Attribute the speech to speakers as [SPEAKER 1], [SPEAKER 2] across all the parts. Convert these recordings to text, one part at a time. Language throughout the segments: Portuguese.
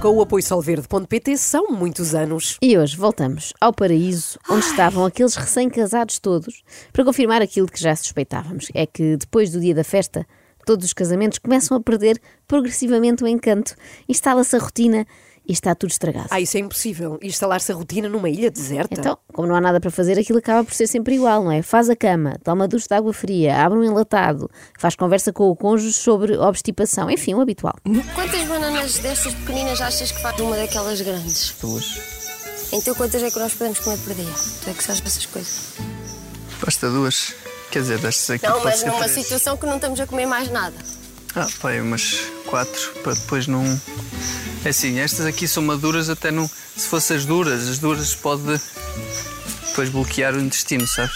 [SPEAKER 1] com o apoio solverde.pt são muitos anos.
[SPEAKER 2] E hoje voltamos ao paraíso onde estavam aqueles recém-casados todos para confirmar aquilo que já suspeitávamos: é que depois do dia da festa, todos os casamentos começam a perder progressivamente o encanto, instala-se a rotina e está tudo estragado.
[SPEAKER 1] Ah, isso é impossível. Instalar-se a rotina numa ilha deserta.
[SPEAKER 2] Então, como não há nada para fazer, aquilo acaba por ser sempre igual, não é? Faz a cama, toma duche de água fria, abre um enlatado, faz conversa com o cônjuge sobre obstipação, enfim, o habitual.
[SPEAKER 3] Quantas bananas destas pequeninas achas que faz uma daquelas grandes?
[SPEAKER 4] Duas.
[SPEAKER 3] Então quantas é que nós podemos comer por dia? Tu é que sabes essas coisas.
[SPEAKER 4] Basta duas. Quer dizer, destas aqui
[SPEAKER 3] Não,
[SPEAKER 4] pode
[SPEAKER 3] mas
[SPEAKER 4] ser
[SPEAKER 3] numa
[SPEAKER 4] três.
[SPEAKER 3] situação que não estamos a comer mais nada.
[SPEAKER 4] Ah, pá, é umas quatro para depois não. É assim, estas aqui são maduras até não. Se fossem as duras, as duras pode depois bloquear o intestino, sabes?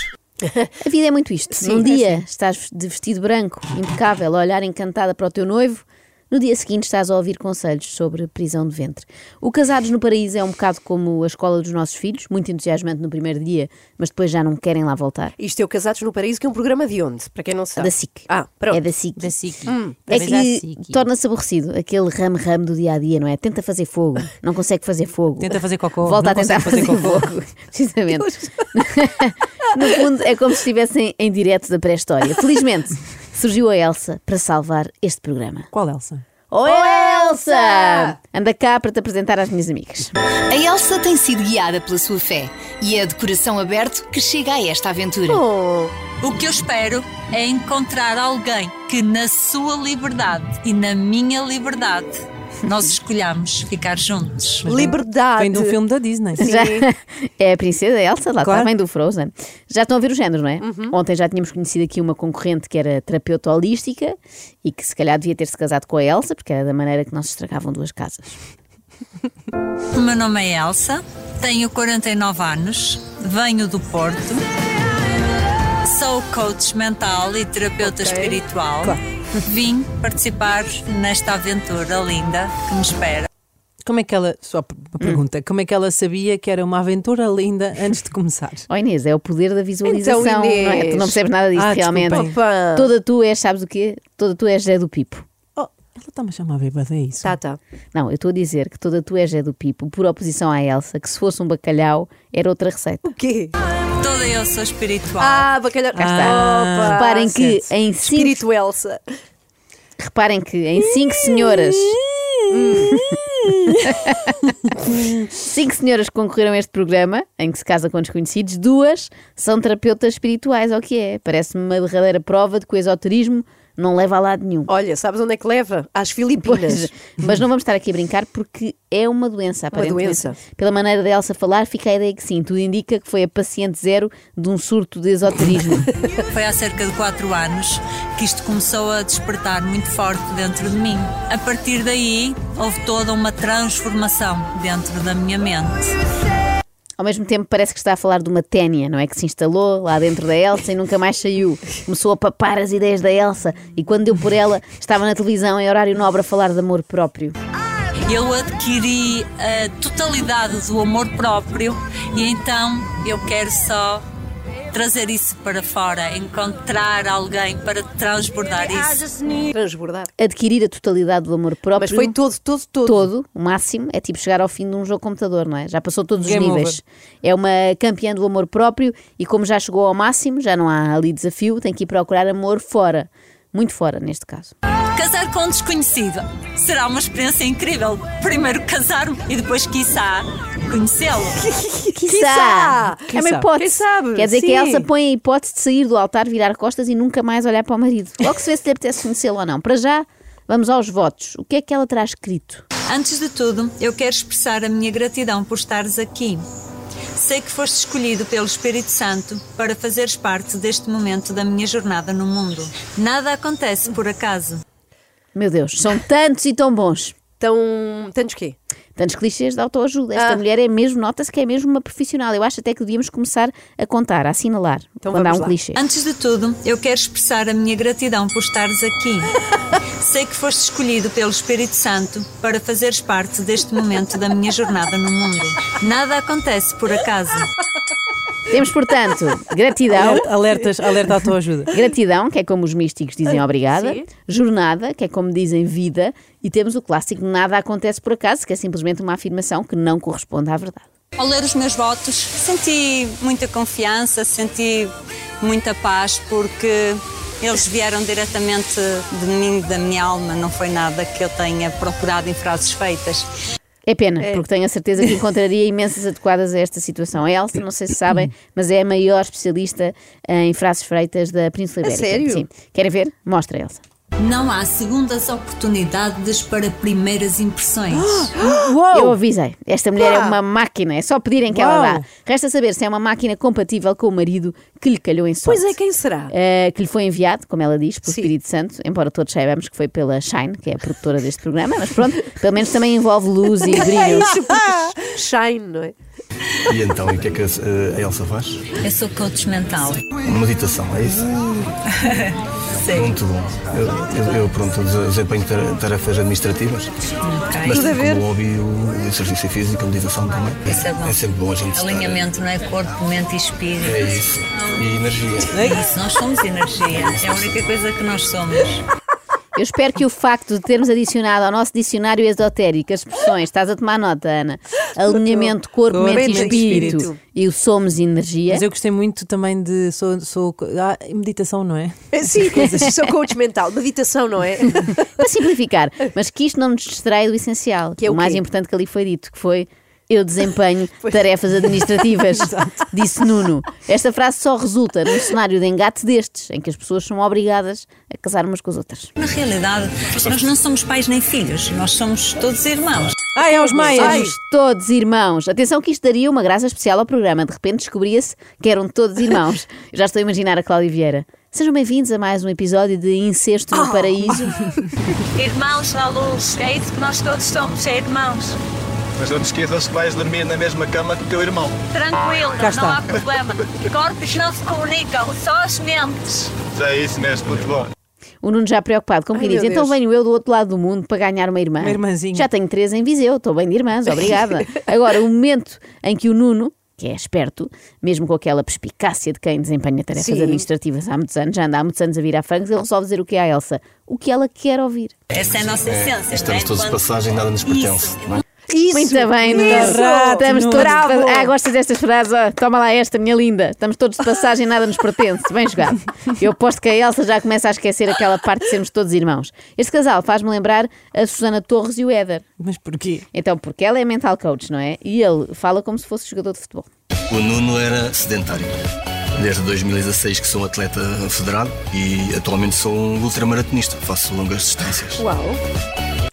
[SPEAKER 2] A vida é muito isto. Num
[SPEAKER 1] é
[SPEAKER 2] dia estás de vestido branco, impecável, a olhar encantada para o teu noivo. No dia seguinte estás a ouvir conselhos sobre prisão de ventre. O Casados no Paraíso é um bocado como a escola dos nossos filhos, muito entusiasmante no primeiro dia, mas depois já não querem lá voltar.
[SPEAKER 1] Isto é o Casados no Paraíso, que é um programa de onde? Para quem não sabe.
[SPEAKER 2] Da SIC.
[SPEAKER 1] Ah, pronto.
[SPEAKER 2] É da SIC.
[SPEAKER 5] Da SIC.
[SPEAKER 2] É
[SPEAKER 5] Talvez à
[SPEAKER 2] que
[SPEAKER 5] SIC.
[SPEAKER 2] torna-se aborrecido aquele ramo-ramo do dia a dia, não é? Tenta fazer fogo, não consegue fazer fogo.
[SPEAKER 5] Tenta fazer cocô,
[SPEAKER 2] Volta
[SPEAKER 5] não
[SPEAKER 2] a tentar fazer,
[SPEAKER 5] consegue fazer cocô.
[SPEAKER 2] fogo. Precisamente. no fundo, é como se estivessem em direto da pré-história. Felizmente, surgiu a Elsa para salvar este programa.
[SPEAKER 5] Qual Elsa?
[SPEAKER 2] Oh, Elsa! Anda cá para te apresentar às minhas amigas.
[SPEAKER 6] A Elsa tem sido guiada pela sua fé e é de coração aberto que chega a esta aventura.
[SPEAKER 1] Oh,
[SPEAKER 7] O que eu espero é encontrar alguém que, na sua liberdade e na minha liberdade, nós escolhamos ficar juntos.
[SPEAKER 1] liberdade.
[SPEAKER 5] Vem de um filme da Disney.
[SPEAKER 2] Já é a princesa Elsa, lá
[SPEAKER 5] Claro.
[SPEAKER 2] está, vem do Frozen. Já estão a ver o género, não é?
[SPEAKER 1] Uhum.
[SPEAKER 2] Ontem já tínhamos conhecido aqui uma concorrente que era terapeuta holística e que se calhar devia ter-se casado com a Elsa, porque era da maneira que não se estragavam duas casas.
[SPEAKER 7] O meu nome é Elsa, tenho 49 anos, venho do Porto, sou coach mental e terapeuta espiritual. Vim participar nesta aventura linda que me espera.
[SPEAKER 5] Como é que ela. Só p- uma pergunta. Como é que ela sabia que era uma aventura linda antes de começar?
[SPEAKER 2] Oh Inês, é o poder da visualização,
[SPEAKER 1] Então, Inês.
[SPEAKER 2] não é? Tu não percebes nada disso
[SPEAKER 5] Ah,
[SPEAKER 2] realmente.
[SPEAKER 5] desculpem.
[SPEAKER 1] Opa.
[SPEAKER 2] Toda tu és, sabes o quê? Toda tu és Zé do Pipo.
[SPEAKER 5] Oh, ela está-me a chamar bêbada, é isso?
[SPEAKER 1] Tá, tá.
[SPEAKER 2] Não, eu estou a dizer que toda tu és Zé do Pipo, por oposição à Elsa, que se fosse um bacalhau era outra receita.
[SPEAKER 1] O quê?
[SPEAKER 7] Toda eu sou espiritual.
[SPEAKER 1] Ah, bacalhau. Cá
[SPEAKER 2] está. reparem, que
[SPEAKER 5] certo.
[SPEAKER 2] em cinco,
[SPEAKER 1] Ah, Espírito Elsa.
[SPEAKER 2] reparem que em cinco senhoras Cinco senhoras que concorreram a este programa, em que se casa com desconhecidos, duas são terapeutas espirituais, ao que é. Parece-me uma verdadeira prova de que o esoterismo não leva a lado nenhum.
[SPEAKER 1] Olha, sabes onde é que leva? Às
[SPEAKER 2] Pois,
[SPEAKER 1] Filipinas.
[SPEAKER 2] mas não vamos estar aqui a brincar porque é uma doença, aparentemente.
[SPEAKER 1] doença.
[SPEAKER 2] Pela maneira da Elsa falar, fica a ideia que sim. Tudo indica que foi a paciente zero de um surto de esoterismo.
[SPEAKER 7] Foi há cerca de 4 anos que isto começou a despertar muito forte dentro de mim. A partir daí, houve toda uma transformação dentro da minha mente.
[SPEAKER 2] Ao mesmo tempo, parece que está a falar de uma ténia, não é? Que se instalou lá dentro da Elsa e nunca mais saiu. Começou a papar as ideias da Elsa e, quando deu por ela, estava na televisão em horário nobre a falar de amor próprio.
[SPEAKER 7] Eu adquiri a totalidade do amor próprio e então eu quero só trazer isso para fora, encontrar alguém para transbordar isso.
[SPEAKER 1] Transbordar.
[SPEAKER 2] Adquirir a totalidade do amor próprio.
[SPEAKER 1] Mas foi todo, todo, todo.
[SPEAKER 2] todo, o máximo, é tipo chegar ao fim de um jogo de computador, não é? Já passou todos
[SPEAKER 5] Game
[SPEAKER 2] os níveis. É uma campeã do amor próprio e como já chegou ao máximo, já não há ali desafio, tem que ir procurar amor fora. Muito fora, neste caso.
[SPEAKER 7] Casar com um desconhecido será uma experiência incrível. Primeiro casar-me e depois, quiçá, conhecê-lo.
[SPEAKER 1] Quiçá!
[SPEAKER 2] É uma
[SPEAKER 5] Quiçá.
[SPEAKER 2] hipótese.
[SPEAKER 1] Quem sabe?
[SPEAKER 2] Quer dizer que
[SPEAKER 1] Sim.
[SPEAKER 2] a Elsa põe a hipótese de sair do altar, virar costas e nunca mais olhar para o marido. Logo se vê se lhe apetece conhecê-lo ou não. Para já, vamos aos votos. O que é que ela terá escrito?
[SPEAKER 7] Antes de tudo, eu quero expressar a minha gratidão por estares aqui. Sei que foste escolhido pelo Espírito Santo para fazeres parte deste momento da minha jornada no mundo. Nada acontece por acaso.
[SPEAKER 2] Meu Deus, são tantos e tão bons.
[SPEAKER 1] Tão. Tantos quê?
[SPEAKER 2] Tantos clichês de autoajuda. Esta
[SPEAKER 1] Ah.
[SPEAKER 2] mulher é mesmo, nota-se que é mesmo uma profissional. Eu acho até que devíamos começar a contar, a assinalar,
[SPEAKER 1] Então
[SPEAKER 2] quando há
[SPEAKER 1] vamos
[SPEAKER 2] um
[SPEAKER 1] lá.
[SPEAKER 2] clichê.
[SPEAKER 7] Antes de tudo, eu quero expressar a minha gratidão por estares aqui. Sei que foste escolhido pelo Espírito Santo para fazeres parte deste momento da minha jornada no mundo. Nada acontece por acaso.
[SPEAKER 2] Temos, portanto, gratidão.
[SPEAKER 5] Alertas, alerta à tua ajuda.
[SPEAKER 2] Gratidão, que é como os místicos dizem obrigada.
[SPEAKER 1] sim.
[SPEAKER 2] Jornada, que é como dizem vida. E temos o clássico nada acontece por acaso, que é simplesmente uma afirmação que não corresponde à verdade.
[SPEAKER 7] Ao ler os meus votos, senti muita confiança, senti muita paz, porque eles vieram diretamente de mim, da minha alma, não foi nada que eu tenha procurado em frases feitas.
[SPEAKER 2] É pena, porque tenho a certeza que encontraria imensas adequadas a esta situação. A Elsa, não sei se sabem, mas é a maior especialista em frases freitas da Península Ibérica.
[SPEAKER 1] sério?
[SPEAKER 2] Sim. Querem ver? Mostra, Elsa.
[SPEAKER 7] Não há segundas oportunidades para primeiras impressões.
[SPEAKER 1] Oh!
[SPEAKER 2] Eu avisei. Esta mulher é uma máquina, é só pedirem que ela
[SPEAKER 5] Uau!
[SPEAKER 2] dá. Resta saber se é uma máquina compatível com o marido que lhe calhou em sorte.
[SPEAKER 1] Pois é, quem será?
[SPEAKER 2] Eh, que lhe foi enviado, como ela diz, pelo
[SPEAKER 1] Sim.
[SPEAKER 2] Espírito Santo, embora todos saibamos que foi pela Shine, que é a produtora deste programa, mas pronto, pelo menos também envolve luz e
[SPEAKER 1] É
[SPEAKER 2] brilho.
[SPEAKER 1] Shine, não é?
[SPEAKER 8] E então, e o que é que a, a Elsa faz?
[SPEAKER 7] Eu sou coach mental.
[SPEAKER 8] Uma meditação, é isso? Muito bom. Eu, eu, eu pronto, des- desempenho tar- tarefas administrativas, mas
[SPEAKER 1] Tudo a
[SPEAKER 8] tenho
[SPEAKER 1] ver.
[SPEAKER 8] como hobby o exercício físico, a meditação também.
[SPEAKER 7] Isso é bom.
[SPEAKER 8] sempre bom a gente estar-
[SPEAKER 7] Alinhamento não é corpo, mente e espírito.
[SPEAKER 8] É isso. E energia.
[SPEAKER 7] É isso, nós somos energia. É a única coisa que nós somos.
[SPEAKER 2] Eu espero que o facto de termos adicionado ao nosso dicionário esotérico as expressões, estás a tomar nota, Ana? Alinhamento, corpo,
[SPEAKER 5] Corpo,
[SPEAKER 2] mente e
[SPEAKER 5] mente e
[SPEAKER 2] espírito.
[SPEAKER 1] espírito.
[SPEAKER 2] E o somos energia.
[SPEAKER 5] Mas eu gostei É muito também de. Sou, sou, ah, meditação, não é?
[SPEAKER 1] É, Sim, sou coach mental. Meditação, não é?
[SPEAKER 2] Para simplificar, mas que isto não nos distrai do essencial, que
[SPEAKER 1] é
[SPEAKER 2] é
[SPEAKER 1] o
[SPEAKER 2] o mais
[SPEAKER 1] quê?
[SPEAKER 2] importante que ali foi dito, que foi eu desempenho tarefas administrativas, disse Nuno. Esta frase só resulta num cenário de engate destes, em que as pessoas são obrigadas a casar umas com as outras.
[SPEAKER 7] Na realidade, nós não somos pais nem filhos, nós somos todos irmãos.
[SPEAKER 5] Ah, é aos maias!
[SPEAKER 2] Somos todos irmãos. Atenção que isto daria uma graça especial ao programa. De repente descobria-se que eram todos irmãos. Eu já estou a imaginar a Cláudia Vieira. Sejam bem-vindos a mais um episódio de Incesto no Paraíso.
[SPEAKER 7] Irmãos na luz, é isso que nós todos somos, é irmãos.
[SPEAKER 8] Mas não te esqueças que vais dormir na mesma cama que o teu irmão.
[SPEAKER 7] Tranquilo, não
[SPEAKER 5] está.
[SPEAKER 7] há problema. Corpos não se comunicam, só as mentes.
[SPEAKER 8] É isso mesmo, muito bom.
[SPEAKER 2] O Nuno já preocupado, como quem
[SPEAKER 1] Ai,
[SPEAKER 2] diz,
[SPEAKER 1] meu
[SPEAKER 2] então
[SPEAKER 1] Deus.
[SPEAKER 2] venho eu do outro lado do mundo para ganhar uma irmã.
[SPEAKER 5] Uma irmãzinha.
[SPEAKER 2] Já tenho três em Viseu, estou bem de irmãs, obrigada. Agora, o momento em que o Nuno, que é esperto, mesmo com aquela perspicácia de quem desempenha tarefas
[SPEAKER 1] Sim.
[SPEAKER 2] administrativas há muitos anos, já anda há muitos anos a vir à Francos, ele resolve dizer o que é à Elsa, o que ela quer ouvir.
[SPEAKER 7] Essa é a nossa essência. é?
[SPEAKER 8] Estamos todos de passagem, nada nos pertence. não é?
[SPEAKER 1] Isso.
[SPEAKER 2] Muito bem, Nuno.
[SPEAKER 5] Isso.
[SPEAKER 2] Estamos
[SPEAKER 5] Nuno.
[SPEAKER 2] todos de
[SPEAKER 1] Bravo.
[SPEAKER 2] pa- Ah, gostas destas frases? Ah, toma lá esta, minha linda. Estamos todos de passagem, nada nos pertence. Bem jogado. Eu aposto que a Elsa já começa a esquecer aquela parte de sermos todos irmãos. Este casal faz-me lembrar a Susana Torres e o Éder.
[SPEAKER 5] Mas porquê?
[SPEAKER 2] Então, porque ela é mental coach, não é? E ele fala como se fosse jogador de futebol.
[SPEAKER 8] O Nuno era sedentário. Desde 2016 que sou um atleta federado e atualmente sou um ultramaratonista. Faço longas distâncias.
[SPEAKER 1] Uau.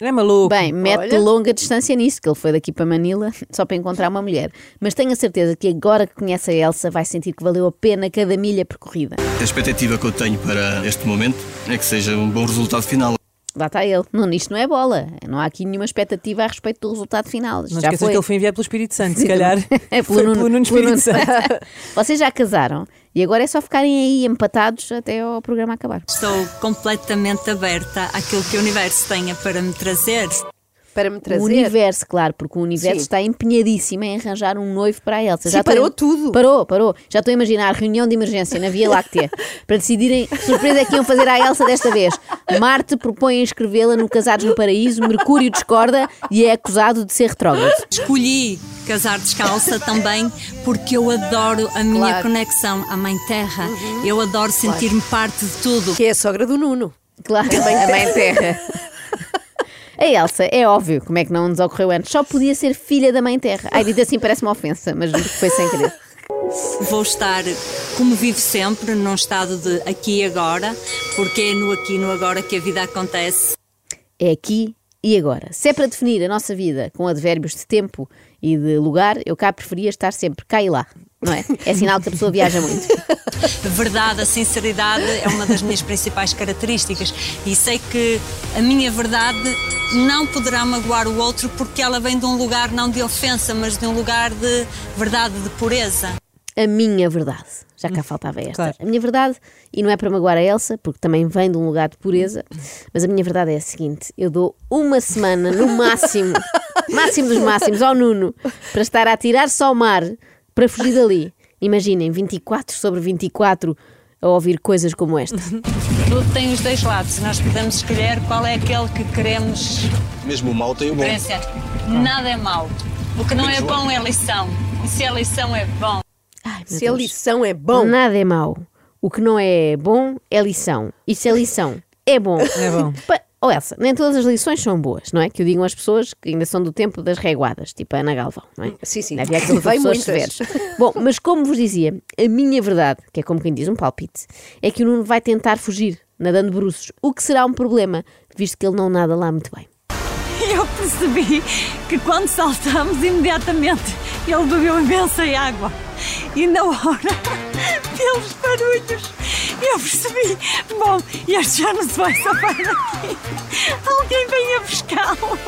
[SPEAKER 5] Não é maluco?
[SPEAKER 2] Bem, mete longa distância nisso, que ele foi daqui para Manila só para encontrar uma mulher. Mas tenho a certeza que agora que conhece a Elsa vai sentir que valeu a pena cada milha percorrida.
[SPEAKER 8] A expectativa que eu tenho para este momento é que seja um bom resultado final.
[SPEAKER 2] Lá está ele. Não, isto não é bola. Não há aqui nenhuma expectativa a respeito do resultado final. Isto
[SPEAKER 5] Não
[SPEAKER 2] já
[SPEAKER 5] esqueças
[SPEAKER 2] foi.
[SPEAKER 5] que ele foi enviado pelo Espírito Santo, se calhar.
[SPEAKER 2] É
[SPEAKER 5] Foi pelo Nuno
[SPEAKER 2] pelo
[SPEAKER 5] Espírito
[SPEAKER 2] Nuno.
[SPEAKER 5] Santo.
[SPEAKER 2] Vocês já casaram e agora é só ficarem aí empatados até ao programa acabar.
[SPEAKER 7] Estou completamente aberta àquilo que o universo tenha para me trazer.
[SPEAKER 1] Para me trazer.
[SPEAKER 2] O universo, claro, porque o universo
[SPEAKER 1] Sim.
[SPEAKER 2] está empenhadíssimo em arranjar um noivo para a Elsa.
[SPEAKER 1] Sim,
[SPEAKER 2] estou a-
[SPEAKER 1] parou tudo.
[SPEAKER 2] Parou, parou. Já estou a imaginar reunião de emergência na Via Láctea para decidirem que surpresa é que iam fazer à Elsa desta vez. Marte propõe inscrevê-la no Casados no Paraíso, Mercúrio discorda e é acusado de ser retrógrado.
[SPEAKER 7] Escolhi casar descalça também porque eu adoro a minha
[SPEAKER 1] Claro.
[SPEAKER 7] conexão à Mãe Terra. Eu adoro sentir-me parte de tudo.
[SPEAKER 1] Que é a sogra do Nuno.
[SPEAKER 2] Claro, a mãe terra. A Elsa, é óbvio, como é que não nos ocorreu antes? Só podia ser filha da mãe terra. Ai, dito assim parece uma ofensa, mas foi sem querer.
[SPEAKER 7] Vou estar, como vivo sempre, num estado de aqui e agora, porque é no aqui e no agora que a vida acontece.
[SPEAKER 2] É aqui e agora. Se é para definir a nossa vida com advérbios de tempo e de lugar, eu cá preferia estar sempre cá e lá, não é? É sinal que a pessoa viaja muito.
[SPEAKER 7] A verdade, a sinceridade é uma das minhas principais características e sei que a minha verdade não poderá magoar o outro porque ela vem de um lugar não de ofensa, mas de um lugar de verdade, de pureza.
[SPEAKER 2] A minha verdade. Já cá faltava esta.
[SPEAKER 5] claro.
[SPEAKER 2] A minha verdade, e não é para magoar a Elsa, porque também vem de um lugar de pureza, mas a minha verdade é a seguinte: eu dou uma semana, no máximo, máximo dos máximos, ao Nuno, para estar a atirar-se ao mar, para fugir dali. Imaginem, 24 sobre 24 a ouvir coisas como esta.
[SPEAKER 7] Tudo tem os dois lados. Nós podemos escolher qual é aquele que queremos
[SPEAKER 8] Mesmo o mau tem o bom.
[SPEAKER 7] diferenciar. Nada é mau. O que não é bom é lição. E se a lição é bom,
[SPEAKER 2] Ai, meu
[SPEAKER 1] Se a
[SPEAKER 2] Deus.
[SPEAKER 1] lição é bom,
[SPEAKER 2] Nada é mau. O que não é bom é lição. E se a lição é bom.
[SPEAKER 5] É bom.
[SPEAKER 2] Pa- Oh, Elsa, nem todas as lições são boas, não é? Que o digam as pessoas que ainda são do tempo das reguadas, tipo a Ana Galvão, não é?
[SPEAKER 1] Hum, Sim, sim.
[SPEAKER 2] Havia aquelas
[SPEAKER 1] Vem
[SPEAKER 2] pessoas
[SPEAKER 1] muitas.
[SPEAKER 2] severas. Bom, mas como vos dizia, a minha verdade, que é como quem diz um palpite, é que o Nuno vai tentar fugir, nadando bruços, o que será um problema, visto que ele não nada lá muito bem.
[SPEAKER 7] eu percebi que quando saltamos, imediatamente ele bebeu imensa água. E na hora, pelos barulhos, eu percebi: bom, este já não se vai safar daqui. Alguém venha buscá-lo.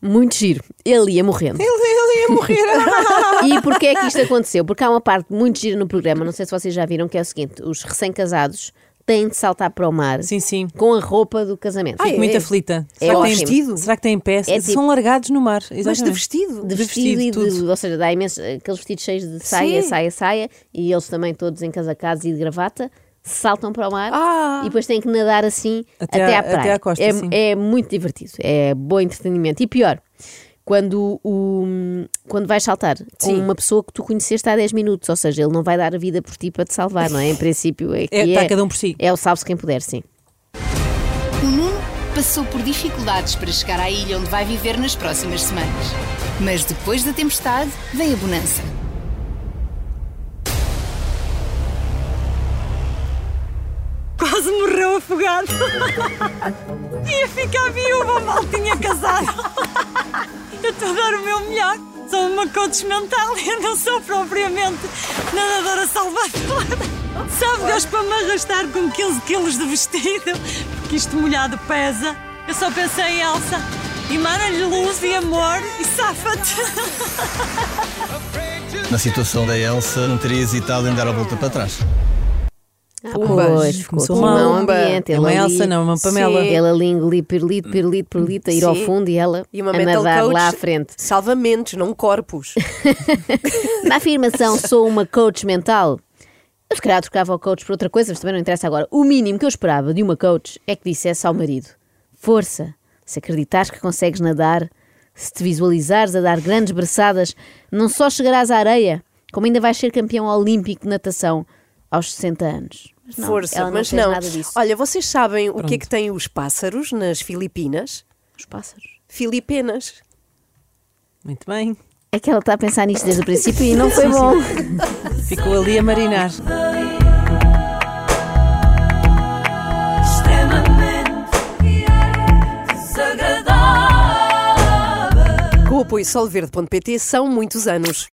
[SPEAKER 2] Muito giro, ele ia morrendo.
[SPEAKER 5] Ele ia morrer.
[SPEAKER 2] E porquê é que isto aconteceu? Porque há uma parte muito gira no programa, não sei se vocês já viram, que é o seguinte: os recém-casados têm de saltar para o mar
[SPEAKER 5] sim, sim.
[SPEAKER 2] com a roupa do casamento.
[SPEAKER 5] Fico muito aflita.
[SPEAKER 2] É
[SPEAKER 5] será, que tem,
[SPEAKER 2] ótimo.
[SPEAKER 5] vestido? será que tem peça?
[SPEAKER 2] É tipo-
[SPEAKER 5] São largados no mar. Exatamente.
[SPEAKER 1] mas de vestido.
[SPEAKER 2] de
[SPEAKER 5] de
[SPEAKER 2] vestido,
[SPEAKER 5] vestido,
[SPEAKER 2] e de,
[SPEAKER 5] tudo.
[SPEAKER 2] ou seja, dá imenso, aqueles vestidos cheios de saia,
[SPEAKER 1] Sim.
[SPEAKER 2] saia, saia, e eles também todos encasacados e de gravata, saltam para o mar
[SPEAKER 5] Ah.
[SPEAKER 2] e depois têm que nadar assim até,
[SPEAKER 5] Até
[SPEAKER 2] à
[SPEAKER 5] à-
[SPEAKER 2] praia.
[SPEAKER 5] até à costa,
[SPEAKER 2] é,
[SPEAKER 5] sim.
[SPEAKER 2] é muito divertido, é bom entretenimento. E pior, quando, o, quando vais saltar com uma pessoa que tu conheceste há 10 minutos, ou seja, ele não vai dar a vida por ti para te salvar, não é? Em princípio, é, que
[SPEAKER 5] É, tá cada um por si.
[SPEAKER 2] É o salve-se quem puder, sim.
[SPEAKER 6] O Nuno passou por dificuldades para chegar à ilha onde vai viver nas próximas semanas. Mas depois da tempestade, vem a bonança.
[SPEAKER 7] Quase morreu afogado. Ia ficar viúva, mal tinha casado. Eu estou a dar o meu melhor. Sou uma coach mental e não sou propriamente nadadora salvadora. Sabe Deus para me arrastar com 15 quilos de vestido, porque isto molhado pesa. Eu só pensei, Elsa, emana-lhe luz e amor e safa-te.
[SPEAKER 8] Na situação da Elsa, não teria hesitado em dar a volta para trás.
[SPEAKER 2] Ah,
[SPEAKER 1] Pumbas.
[SPEAKER 2] pois, ficou
[SPEAKER 5] Começou
[SPEAKER 2] aqui
[SPEAKER 5] mal.
[SPEAKER 2] um
[SPEAKER 1] Pumba.
[SPEAKER 2] ambiente.
[SPEAKER 5] É uma
[SPEAKER 2] ele ali-
[SPEAKER 5] Elsa, não, é uma Pamela.
[SPEAKER 1] Sim.
[SPEAKER 2] Ela ali engolir perlito, perlito, perlito, a ir ao
[SPEAKER 1] Sim.
[SPEAKER 2] fundo e ela
[SPEAKER 1] E uma
[SPEAKER 2] a
[SPEAKER 1] mental
[SPEAKER 2] nadar
[SPEAKER 1] coach
[SPEAKER 2] lá à frente.
[SPEAKER 1] Salvamentos, não corpos.
[SPEAKER 2] Na afirmação, sou uma coach mental. Eu se calhar trocava o coach por outra coisa, mas também não interessa agora. O mínimo que eu esperava de uma coach é que dissesse ao marido: Força, se acreditares que consegues nadar, se te visualizares a dar grandes braçadas, não só chegarás à areia, como ainda vais ser campeão olímpico de natação aos 60 anos. Mas não,
[SPEAKER 1] Força,
[SPEAKER 2] ela não
[SPEAKER 1] mas
[SPEAKER 2] fez
[SPEAKER 1] não.
[SPEAKER 2] nada disso.
[SPEAKER 1] Olha, vocês sabem o que é que têm os pássaros nas Filipinas?
[SPEAKER 2] Os pássaros.
[SPEAKER 1] Filipinas.
[SPEAKER 5] Muito bem.
[SPEAKER 2] É que ela está a pensar nisto desde o princípio e não foi bom.
[SPEAKER 5] Ficou ali a marinar.
[SPEAKER 1] Com o apoio solverde.pt são muitos anos.